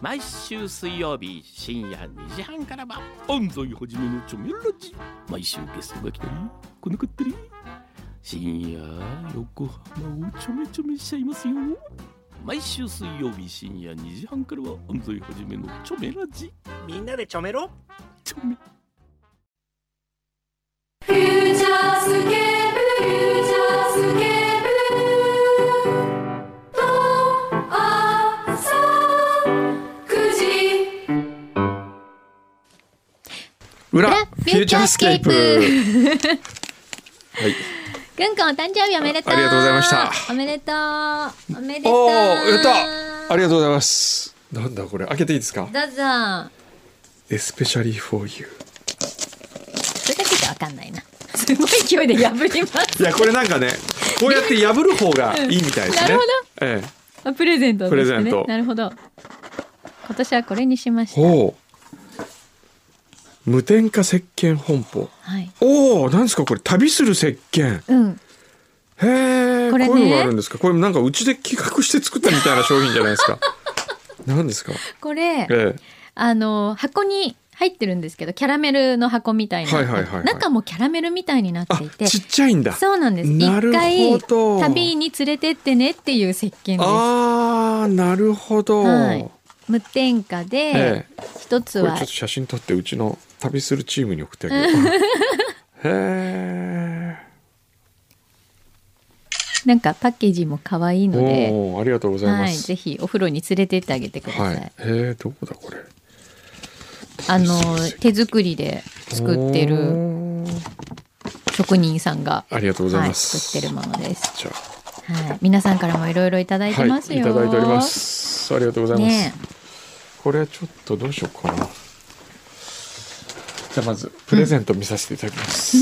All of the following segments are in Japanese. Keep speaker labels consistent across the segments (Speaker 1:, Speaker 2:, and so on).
Speaker 1: 毎週水曜日深夜2時半からは安西はじめのチョメラジ毎週ゲストが来たり来なかったり深夜横浜をちょめちょめしちゃいますよ毎週水曜日深夜2時半からは安西はじめのチョメラジ
Speaker 2: みんなでちょめろ
Speaker 1: チョメ
Speaker 3: フューチャースケープフューチャースケープと朝9時
Speaker 4: 裏
Speaker 5: 裏
Speaker 4: フューチャースケープ
Speaker 5: フューチ
Speaker 4: はい
Speaker 5: ぐんくんお誕生日おめでとう
Speaker 4: ありがとうございました
Speaker 5: おめでとうおめでとう
Speaker 4: おおやったありがとうございますなんだこれ開けていいですか
Speaker 5: どうぞ
Speaker 4: Especially for you
Speaker 5: それだけじゃわかんないなすごい勢いで破ります
Speaker 4: いやこれなんかねこうやって破る方がいいみたいですね
Speaker 5: なるほ
Speaker 4: ええ
Speaker 5: あプレゼントとしてね
Speaker 4: プレゼント
Speaker 5: なるほど今年はこれにしました
Speaker 4: ほう無添加石鹸本舗
Speaker 5: はい
Speaker 4: おおんですかこれ旅する石鹸
Speaker 5: うん
Speaker 4: へえこ,、
Speaker 5: これね
Speaker 4: ういうのがあるんですかこれなんかうちで企画して作ったみたいな商品じゃないです かなんですか
Speaker 5: これ
Speaker 4: ええ
Speaker 5: あの箱に入ってるんですけどキャラメルの箱みたいな、
Speaker 4: はいはいはいはい
Speaker 5: 中もキャラメルみたいになっ
Speaker 4: あ
Speaker 5: ていて
Speaker 4: ちっちゃいんだ
Speaker 5: そうなんです
Speaker 4: な
Speaker 5: 一
Speaker 4: る
Speaker 5: 回
Speaker 4: ほど
Speaker 5: 旅に連れてってねっていう石鹸です
Speaker 4: ああなるほど、
Speaker 5: はい、無添加で
Speaker 4: え
Speaker 5: 一、つ
Speaker 4: これちょ
Speaker 5: は
Speaker 4: っと写真撮ってうちの旅するチームに送ってあ げようへ
Speaker 5: なんかパッケージも可愛い
Speaker 4: え
Speaker 5: ので、
Speaker 4: おおありがとうござい
Speaker 5: は
Speaker 4: ま
Speaker 5: い、
Speaker 4: す
Speaker 5: ぜひお風呂に連れてってあげてくださ
Speaker 4: はい
Speaker 5: い、
Speaker 4: へえどこだこれ
Speaker 5: あの手作りで作ってる
Speaker 4: おー
Speaker 5: 職人さんが
Speaker 4: ありがとうございます、
Speaker 5: はい、作ってるものです、
Speaker 4: じゃ
Speaker 5: はい、皆さんからもいろいろいただ
Speaker 4: あ
Speaker 5: いてますよ、
Speaker 4: はい、いただいておりますありがとうございます、
Speaker 5: ね
Speaker 4: これちょっとどうしようかなじゃあまずプレゼント見させていただきま す、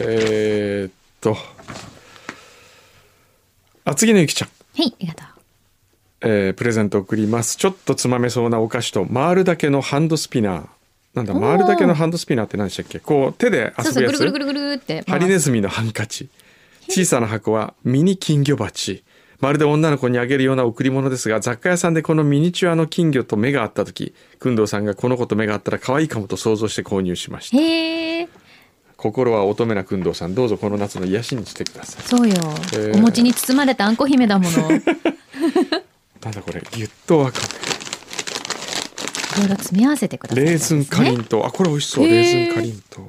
Speaker 4: えーっと厚木のゆきちゃん
Speaker 5: えはいありがとう
Speaker 4: えープレゼント送りますちょっとつまめそうなお菓子と回るだけのハンドスピナーなんだ
Speaker 5: おー
Speaker 4: 回るだけのハンドスピナーって何でしたっけこう手で遊
Speaker 5: そうそ
Speaker 4: ぶ
Speaker 5: う
Speaker 4: や
Speaker 5: ぐるぐるぐ
Speaker 4: つ
Speaker 5: るぐるって
Speaker 4: ハ
Speaker 5: 回す
Speaker 4: リネズミのハンカチ小さな箱はミニ金魚鉢まるで女の子にあげるような贈り物ですが雑貨屋さんでこのミニチュアの金魚と目が合った時工藤さんがこの子と目が合ったら可愛いかもと想像して購入しました
Speaker 5: へえ
Speaker 4: 心は乙女な工藤さんどうぞこの夏の癒しにしてください
Speaker 5: そうよ、
Speaker 4: えー
Speaker 5: お餅に包まれたあんこ姫だものいろ
Speaker 4: なんだこれギュッとわかめ
Speaker 5: いろ詰め合わせてください、
Speaker 4: レーズンかりんとう、あこれ美味しそう
Speaker 5: へー
Speaker 4: レーズンかりんとう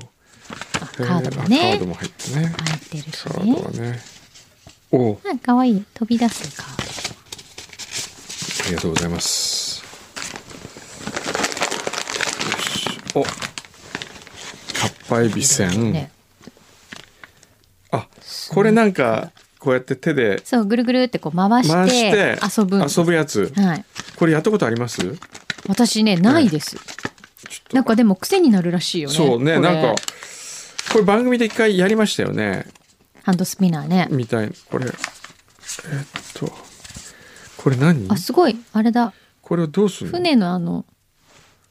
Speaker 5: あカードも
Speaker 4: へあ
Speaker 5: ね
Speaker 4: カードも入ってね
Speaker 5: 入ってるし
Speaker 4: カード
Speaker 5: ね
Speaker 4: はねおう
Speaker 5: あ可愛い飛び出すか
Speaker 4: ありがとうございますよしおかっぱえびせん
Speaker 5: ね
Speaker 4: あこれなんかこうやって手で
Speaker 5: そうぐるぐるってこう回
Speaker 4: 回し
Speaker 5: して
Speaker 4: て
Speaker 5: 遊ぶんです
Speaker 4: やつ
Speaker 5: はい
Speaker 4: これやったことありますちょっ
Speaker 5: 私ねないです、
Speaker 4: と
Speaker 5: なんかでも癖になるらしいよね
Speaker 4: そうね
Speaker 5: これ
Speaker 4: なんかこれ番組で一回やりましたよね
Speaker 5: ハンドスピナーね
Speaker 4: みたいなこれえっとこれ何
Speaker 5: あすごいあれだ
Speaker 4: これをどうするの
Speaker 5: 船のあの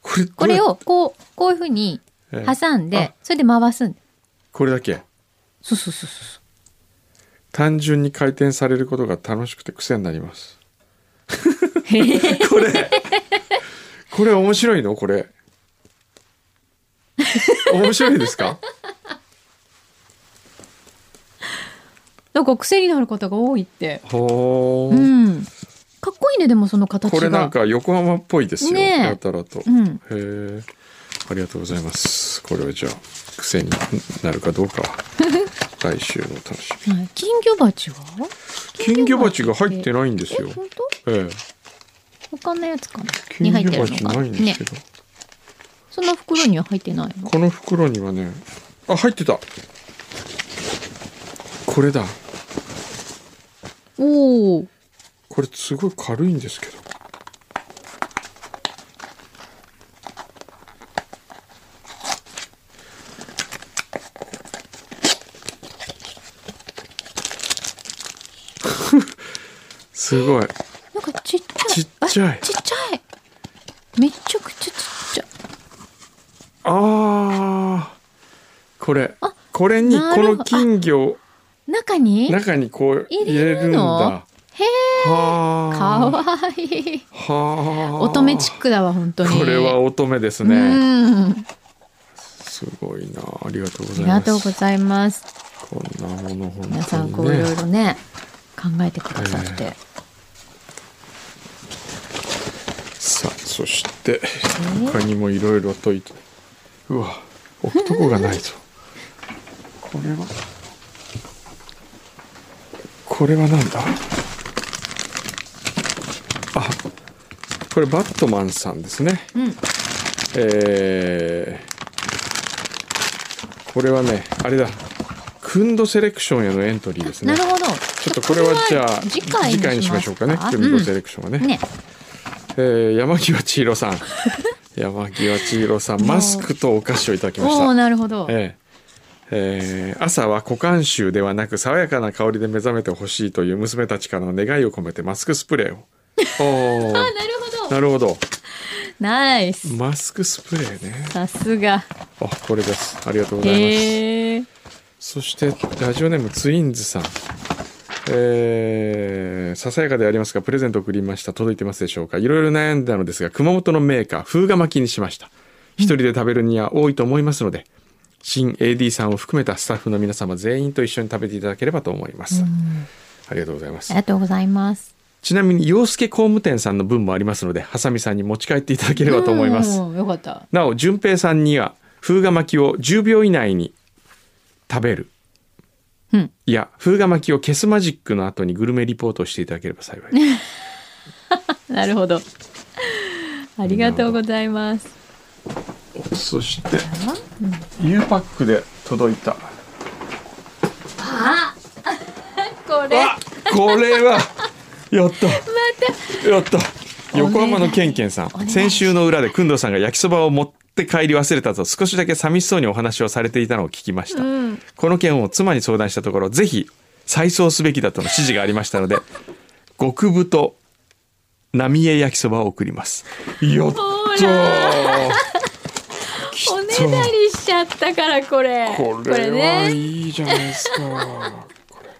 Speaker 4: これどうや
Speaker 5: これをこうこういうふうに
Speaker 4: ええ
Speaker 5: 挟んで、
Speaker 4: あ
Speaker 5: それで回すん
Speaker 4: これだけ
Speaker 5: そうそうそうそう
Speaker 4: 単純に回転されることが楽しくて癖になります これこれ面白いのこれ面白いですか
Speaker 5: なんか癖になることが多いって
Speaker 4: ほー
Speaker 5: うんかっこいいねでもその形が
Speaker 4: これなんか横浜っぽいですよ、
Speaker 5: ねえ
Speaker 4: やたらと、
Speaker 5: うん
Speaker 4: へえありがとうございますこれはじゃあ癖になるかどう かは来週の楽しみ
Speaker 5: はい、金魚鉢は
Speaker 4: 金魚鉢が入ってないんです
Speaker 5: え
Speaker 4: よ
Speaker 5: 本当
Speaker 4: ええ
Speaker 5: 他のやつかなに
Speaker 4: 金
Speaker 5: 入っ
Speaker 4: 魚
Speaker 5: てるの
Speaker 4: 鉢
Speaker 5: か
Speaker 4: ないんですけど、
Speaker 5: ねその袋には入ってないの
Speaker 4: この袋にはねあ入ってたこれだ
Speaker 5: おお
Speaker 4: これすごい軽いんですけど すごい
Speaker 5: なんかちっちゃ
Speaker 4: ち
Speaker 5: い。
Speaker 4: っちゃい
Speaker 5: あちっちゃい。めちゃくちゃちっちゃい。
Speaker 4: あーこれ
Speaker 5: あ
Speaker 4: これに
Speaker 5: な
Speaker 4: こ
Speaker 5: るほど
Speaker 4: の金魚
Speaker 5: 中に。へ
Speaker 4: 中にこう
Speaker 5: 入
Speaker 4: 入
Speaker 5: れ
Speaker 4: れ
Speaker 5: る
Speaker 4: るん
Speaker 5: の
Speaker 4: だ
Speaker 5: え。
Speaker 4: は
Speaker 5: かわいい。
Speaker 4: あ。はあ。
Speaker 5: 乙女チックだわ、本当に。
Speaker 4: これは乙女です
Speaker 5: う
Speaker 4: ね。
Speaker 5: ん。あ
Speaker 4: すごいな。ありがとうござ
Speaker 5: り
Speaker 4: いま
Speaker 5: が
Speaker 4: す。
Speaker 5: とうございます。
Speaker 4: こんなもの本当に、ね。
Speaker 5: 皆さん、こういろいろね、考えてくださって。
Speaker 4: さあそして他にもいろいろといてうわ置くとこがないぞこれはこれはなんだあこれバットマンさんですね、えーこれはねあれだクンドセレクションへのエントリーですね
Speaker 5: なるほど。
Speaker 4: ちょっとこれはじゃあ
Speaker 5: 次回に
Speaker 4: にしましょうかねクン
Speaker 5: う
Speaker 4: ド
Speaker 5: ん
Speaker 4: セレクションはね、
Speaker 5: ね。
Speaker 4: えー山際千尋さん山際千尋さんマスクとお菓子をいただきまし
Speaker 5: おおー、
Speaker 4: た、
Speaker 5: なるほど。
Speaker 4: えええー朝は股間臭ではなく爽やかな香りで目覚めてほしいという娘たちからの願いを込めてマスクスプレーをおー
Speaker 5: あなるほど。
Speaker 4: なるほど
Speaker 5: ナイス。
Speaker 4: マスクスプレーね
Speaker 5: さすが。
Speaker 4: あこれですありがとうございます、
Speaker 5: へえ。
Speaker 4: そしてラジオネームツインズさんえーささやかではありますがプレゼント送りました届いてますでしょうかいろいろ悩んだのですが熊本のメーカー風が巻きにしました一人で食べるには多いと思いますので新 AD さんを含めたスタッフの皆様全員と一緒に食べていただければと思いますありがとうございま
Speaker 5: あ
Speaker 4: す
Speaker 5: りがとうございます。
Speaker 4: ちなみに洋介工務店さんの分もありますのでハサミさんに持ち帰っていただければと思います
Speaker 5: うん。よかった。
Speaker 4: なお順平さんには風が巻きを10秒以内に食べる、
Speaker 5: うん
Speaker 4: いや風が巻きを消すマジックの後にグルメリポートをしていただければ幸いです
Speaker 5: なるほど。ありがとうございます。
Speaker 4: そして、U パックで届いた
Speaker 5: これ。
Speaker 4: あこれはやったやった横浜
Speaker 5: お願
Speaker 4: の
Speaker 5: い
Speaker 4: ケンケンさ
Speaker 5: お願
Speaker 4: ん
Speaker 5: い
Speaker 4: 先週の裏で工藤さんが焼きそばを持って帰り忘れたと少しだけ寂しそうにお話をされていたのを聞きました、
Speaker 5: うん。
Speaker 4: この件を妻に相談したところぜひ再送すべきだとの指示がありましたので極太浪江焼きそばを送りますやった
Speaker 5: ほ
Speaker 4: ー
Speaker 5: おねだりしちゃったからこれ。
Speaker 4: これはいいじゃないですかこれ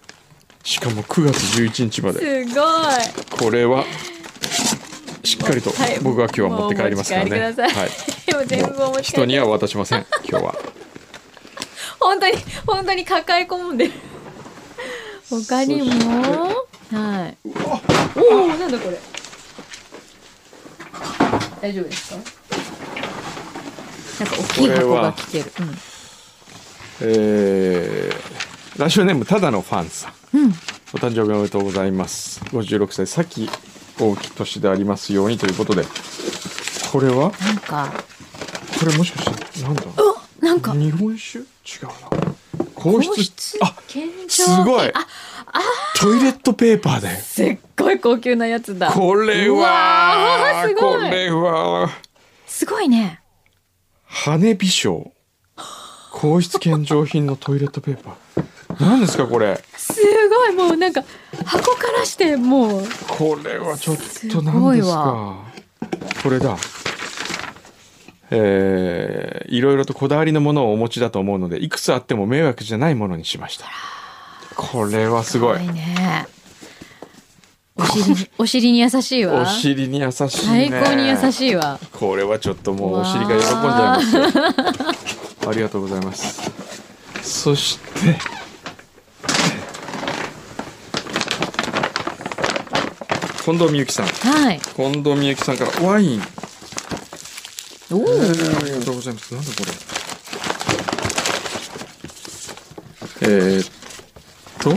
Speaker 4: しかも9月11日まで
Speaker 5: ね。すごい。
Speaker 4: これはしっかりと
Speaker 5: はい
Speaker 4: 僕は今日は持って帰りますからね、
Speaker 5: もうお持ち帰りくださいで も全部お
Speaker 4: もう
Speaker 5: 持ち帰
Speaker 4: 人
Speaker 5: り。
Speaker 4: には渡しませ ん今日は
Speaker 5: 本当に本当に抱え込んでる。他にも。はい。おお、なんだこれ。大丈夫ですか。なんか大きい箱が来てる。
Speaker 4: えーラジオネームただのファンさん
Speaker 5: うん。うん。
Speaker 4: お誕生日おめでとうございます。56歳、さき大きい年でありますようにということで、これは
Speaker 5: なんか。
Speaker 4: これもしかして、なんだ
Speaker 5: あ、なんか。
Speaker 4: 日本酒違うな。皇室
Speaker 5: 皇室
Speaker 4: あ
Speaker 5: 献上
Speaker 4: すごい
Speaker 5: あ、
Speaker 4: トイレットペーパーで。
Speaker 5: すっごい高級なやつだ。
Speaker 4: これ
Speaker 5: うわ
Speaker 4: は
Speaker 5: ーす
Speaker 4: こ
Speaker 5: ごい
Speaker 4: れは
Speaker 5: すごいね。
Speaker 4: 羽美章。皇室献上品のトイレットペーパー。何ですかこれ。
Speaker 5: すごいもうなんか箱からしてもう
Speaker 4: これはちょっと
Speaker 5: すご
Speaker 4: 何
Speaker 5: い
Speaker 4: です
Speaker 5: わ
Speaker 4: かこれだえーいろいろとこだわりのものをお持ちだと思うのでいくつあっても迷惑じゃないものにしましたこれはすごい
Speaker 5: いいね。お尻にお尻に優しいわ。
Speaker 4: お尻に優しいね
Speaker 5: 最高に優しいわ。
Speaker 4: これはちょっともうお尻が喜んじゃいますよありがとうございますそして近藤美由紀さん
Speaker 5: はい。
Speaker 4: 近藤美由紀さんからワイン
Speaker 5: お
Speaker 4: あ
Speaker 5: お。
Speaker 4: りがとうございます。なんだこれ。えー、っと、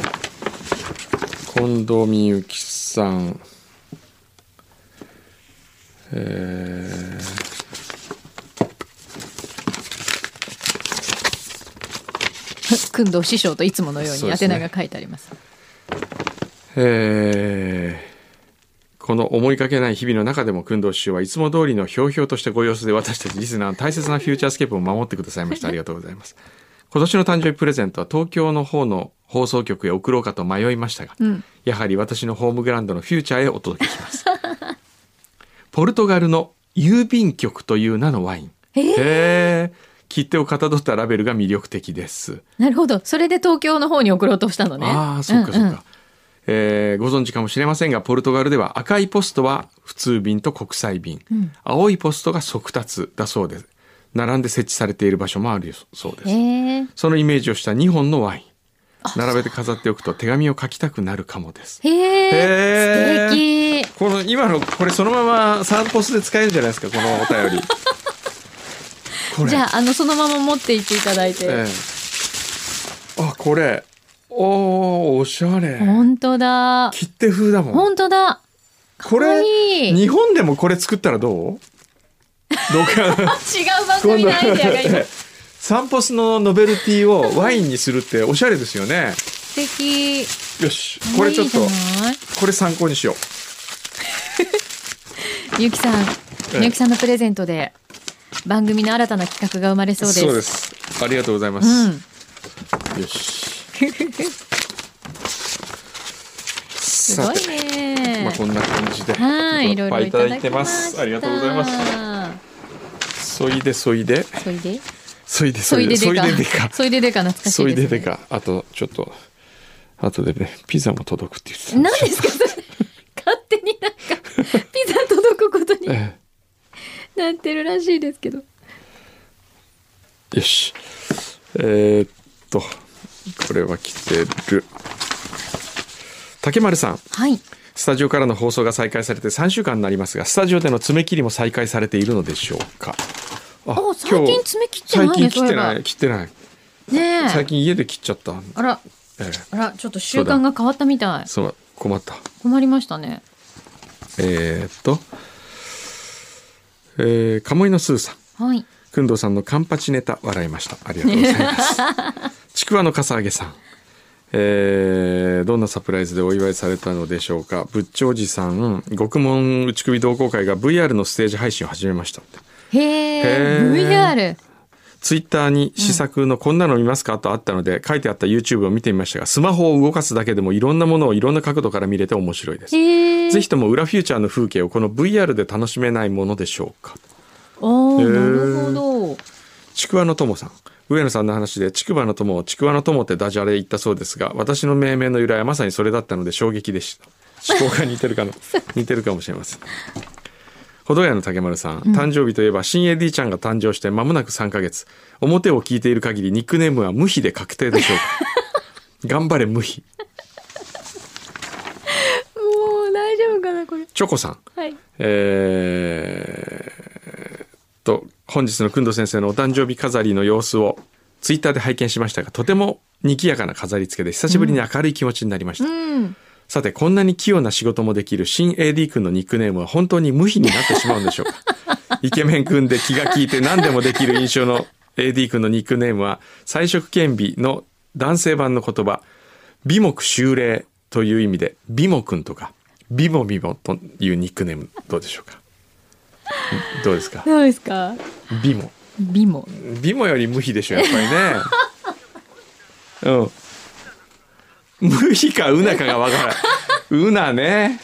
Speaker 4: 近藤美由紀さん。えー、
Speaker 5: くんど師匠といつものよう
Speaker 4: そうで
Speaker 5: に宛
Speaker 4: すね
Speaker 5: 名が書いてあります。
Speaker 4: えーこの思いがけない日々の中でも工藤師匠はいつも通りのひょうひょうとしたご様子で私たちリスナーの大切なフューチャースケープを守ってくださいましたありがとうございます今年の誕生日プレゼントは東京の方の放送局へ送ろうかと迷いましたが、
Speaker 5: うん
Speaker 4: やはり私のホームグラウンドのフューチャーへお届けし ますポルトガルの郵便局という名のワイン
Speaker 5: えー
Speaker 4: へー切手をかたどったラベルが魅力的です
Speaker 5: なるほど。それで東京の方に送ろうとしたのね。
Speaker 4: ああそうかそうか、
Speaker 5: んん
Speaker 4: えーご存知かもしれませんがポルトガルでは赤いポストは普通便と国際便、青いポストが速達だそうです並んで設置されている場所もあるよそうです
Speaker 5: ええ
Speaker 4: そのイメージをした2本のワイン並べて飾っておくと手紙を書きたくなるかもです
Speaker 5: へ
Speaker 4: へ
Speaker 5: え
Speaker 4: ー
Speaker 5: 素敵
Speaker 4: この今のこれそのまま散歩スで使えるんじゃないですかこのお 便りこれ
Speaker 5: じゃああのそのまま持っていっていただいて、
Speaker 4: ええあこれおーおしゃれ
Speaker 5: 本当だ
Speaker 4: 切手風だもん
Speaker 5: 本当だ
Speaker 4: こ
Speaker 5: かっ
Speaker 4: れ
Speaker 5: こいい
Speaker 4: 日本でもこれ作ったらどうどうか
Speaker 5: 違う番組の アイデアが今
Speaker 4: サンポスのノベルティをワインにするっておしゃれですよね
Speaker 5: 素敵
Speaker 4: よしこれちょっと
Speaker 5: いいじゃない
Speaker 4: これ参考にしよう
Speaker 5: ゆきさん、
Speaker 4: ええ
Speaker 5: ゆきさんのプレゼントで番組の新たな企画が生まれそうです。
Speaker 4: すありがとうございま
Speaker 5: う
Speaker 4: す、
Speaker 5: ん。
Speaker 4: よし
Speaker 5: す
Speaker 4: す
Speaker 5: ごいね。
Speaker 4: まあこんな感じで
Speaker 5: はい、いろいろ
Speaker 4: っぱい
Speaker 5: い
Speaker 4: い
Speaker 5: た
Speaker 4: ただ
Speaker 5: だ
Speaker 4: い
Speaker 5: き
Speaker 4: てま
Speaker 5: ますす。
Speaker 4: ありがとうございます
Speaker 5: す。
Speaker 4: そいでそいで
Speaker 5: そいで、
Speaker 4: そいで
Speaker 5: そ
Speaker 4: そ
Speaker 5: い
Speaker 4: いで
Speaker 5: で
Speaker 4: そ
Speaker 5: で
Speaker 4: いでで
Speaker 5: か
Speaker 4: か、
Speaker 5: そいででか懐かしい
Speaker 4: そ
Speaker 5: で
Speaker 4: い
Speaker 5: す、ね。
Speaker 4: ででかあとちょっとあとでねピザも届くって言ってたん
Speaker 5: 何
Speaker 4: です
Speaker 5: で
Speaker 4: よ
Speaker 5: すかそれ。勝手になんかピザ届くことに
Speaker 4: え
Speaker 5: なってるらしいですけど。
Speaker 4: えよしえーっとこれは来てる竹丸さん
Speaker 5: はい。
Speaker 4: スタジオからの放送が再開されて3週間になりますがスタジオでの爪切りも再開されているのでしょうかあ
Speaker 5: お最近爪切って
Speaker 4: 最
Speaker 5: ない
Speaker 4: 近
Speaker 5: ね
Speaker 4: 切
Speaker 5: そ
Speaker 4: っ
Speaker 5: うい
Speaker 4: て
Speaker 5: えば。
Speaker 4: ない
Speaker 5: ね
Speaker 4: 切ってない最
Speaker 5: え。
Speaker 4: 近家で切っちゃった、
Speaker 5: あら
Speaker 4: ええ、
Speaker 5: あらちょっと習慣が変わったみたい。
Speaker 4: そう困った
Speaker 5: 困りましたね。
Speaker 4: えーっとえー、鴨居のスーさん
Speaker 5: はい。
Speaker 4: くんどうさんのカンパチネタ笑いましたありがとうございますちくわのかさあげさんえーどんなサプライズでお祝いされたのでしょうか仏頂寺さん獄門打ち首同好会が VR のステージ配信を始めましたって
Speaker 5: へ
Speaker 4: へ
Speaker 5: え。
Speaker 4: ー
Speaker 5: VR。
Speaker 4: ツイッターに試作のこんなの見ますかとあったので、書いてあった YouTube を見てみましたが、スマホを動かすだけでもいろんなものをいろんな角度から見れて面白いです。
Speaker 5: へえ。
Speaker 4: ぜひとも裏フューチャーの風景をこの VR で楽しめないものでしょうか。
Speaker 5: おお、
Speaker 4: へー
Speaker 5: なるほど。
Speaker 4: ちくわのともさん。上野さんの話で、ちくわのともをちくわのともってダジャレ言ったそうですが、私の命名の由来はまさにそれだったので衝撃でした。思考が似てるかな似てるかもしれません。ほどやの竹丸さん、誕生日といえば新 AD ちゃんが誕生して間もなく3ヶ月。表を聞いている限りニックネームは無比で確定でしょうか。頑張れ無比。
Speaker 5: もう大丈夫かなこれ。
Speaker 4: チョコさん。
Speaker 5: はい。
Speaker 4: えーっと本日の工藤先生のお誕生日飾りの様子をツイッターで拝見しましたがとてもにぎやかな飾り付けで久しぶりに明るい気持ちになりました、
Speaker 5: うん。
Speaker 4: さてこんなに器用な仕事もできる新 AD 君のニックネームは本当に無比になってしまうんでしょう かイケメン君で気が利いて何でもできる印象の AD 君のニックネームは彩色兼備の男性版の言葉美目修麗という意味で美も君とか美も美もというニックネームどうでしょうかどうですか
Speaker 5: どうですか。
Speaker 4: 美も
Speaker 5: 美も。
Speaker 4: 美もより無比でしょやっ ぱりねうん無比かうなかがわから んうなね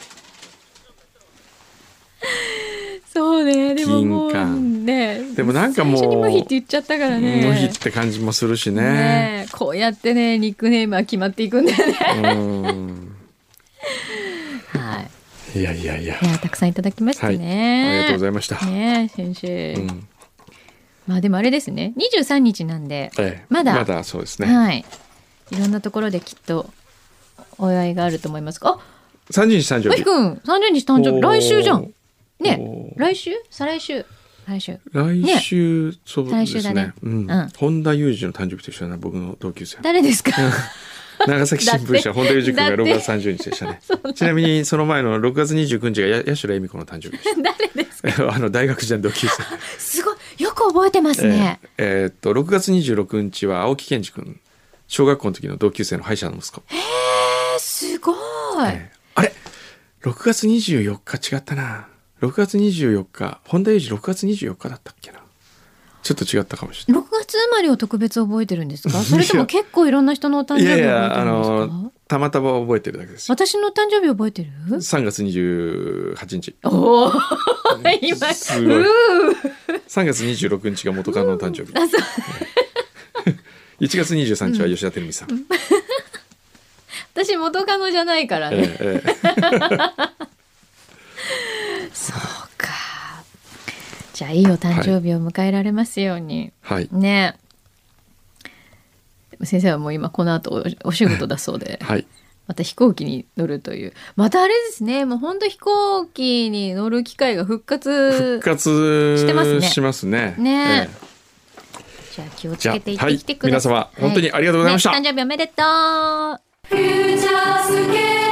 Speaker 5: そうね。でもも
Speaker 4: 金
Speaker 5: う
Speaker 4: 柑
Speaker 5: ね。
Speaker 4: でもなんかもう
Speaker 5: 最初に無比って言っちゃったからね。
Speaker 4: 無比って感じもするしね
Speaker 5: ねえこうやってねニックネームは決まっていくんだよね。
Speaker 4: うん
Speaker 5: はい。
Speaker 4: いやいやいや
Speaker 5: いやたくさんいただきました
Speaker 4: はい、
Speaker 5: ね。
Speaker 4: ありがとうござ
Speaker 5: い
Speaker 4: いました、
Speaker 5: ねえ先生、
Speaker 4: うん
Speaker 5: まあでもあれですね。23日なんで。
Speaker 4: ええ
Speaker 5: まだ
Speaker 4: まだそうですね
Speaker 5: はい。いろんなところできっとお祝いがあると思いますが。あ、
Speaker 4: 30日誕生
Speaker 5: まき
Speaker 4: 日
Speaker 5: くん三十日誕生
Speaker 4: おー
Speaker 5: 日来週じゃん。ね
Speaker 4: おー
Speaker 5: 来週再来週来週。
Speaker 4: 来週、そうで
Speaker 5: 来
Speaker 4: す
Speaker 5: 週
Speaker 4: ね
Speaker 5: だね
Speaker 4: うん
Speaker 5: うん
Speaker 4: 本田裕二の誕生日と一緒だな僕の同級生
Speaker 5: 誰ですか。
Speaker 4: 長崎新聞社本田裕二君が
Speaker 5: だって
Speaker 4: 6月30日で したねちなみにその前の6月29日がや八代恵美子の誕生日でし
Speaker 5: 誰ですか。
Speaker 4: たあの大学時代の同級生
Speaker 5: すごいよく覚えてますね。
Speaker 4: えーえーっと6月26日は青木健二君小学校の時の同級生の歯医者の息子、
Speaker 5: えーすごい。
Speaker 4: えーあれ6月24日違ったな6月24日本田裕二6月24日だったっけなちょっと違ったかもしれ
Speaker 5: 六月生まれを特別覚えてるんですか。それとも結構いろんな人のお誕
Speaker 4: ない
Speaker 5: 生
Speaker 4: い
Speaker 5: 日を
Speaker 4: やい
Speaker 5: 覚え
Speaker 4: やあ
Speaker 5: てるんですか。
Speaker 4: のたまたま覚えてるだけですよ
Speaker 5: 私のお誕生日覚えてる。
Speaker 4: 3月28日
Speaker 5: おお。 今。
Speaker 4: すごいう
Speaker 5: ー
Speaker 4: 3月26日が元カノの誕生日
Speaker 5: あそう
Speaker 4: 1月23日は吉田照美さん、
Speaker 5: 私元カノじゃないからね、
Speaker 4: ええええ
Speaker 5: そうかじゃあいいお誕生日を迎えられますように、
Speaker 4: はい
Speaker 5: ね先生はもう今この後おお仕事だそうで
Speaker 4: はい
Speaker 5: また飛行機に乗るというまたあれですねもう本当飛行機に乗る機会が復
Speaker 4: 復
Speaker 5: 活
Speaker 4: 活
Speaker 5: してますね
Speaker 4: しますね
Speaker 5: ね
Speaker 4: ええ
Speaker 5: じゃあ気を
Speaker 4: じ
Speaker 5: つ
Speaker 4: ゃ
Speaker 5: けていっ
Speaker 4: あは
Speaker 5: て
Speaker 4: い
Speaker 5: きてくだ
Speaker 4: 皆
Speaker 5: さい、
Speaker 4: 様本当にありがとうございました、
Speaker 5: ね、誕生日おめでとう
Speaker 3: フューチャースケ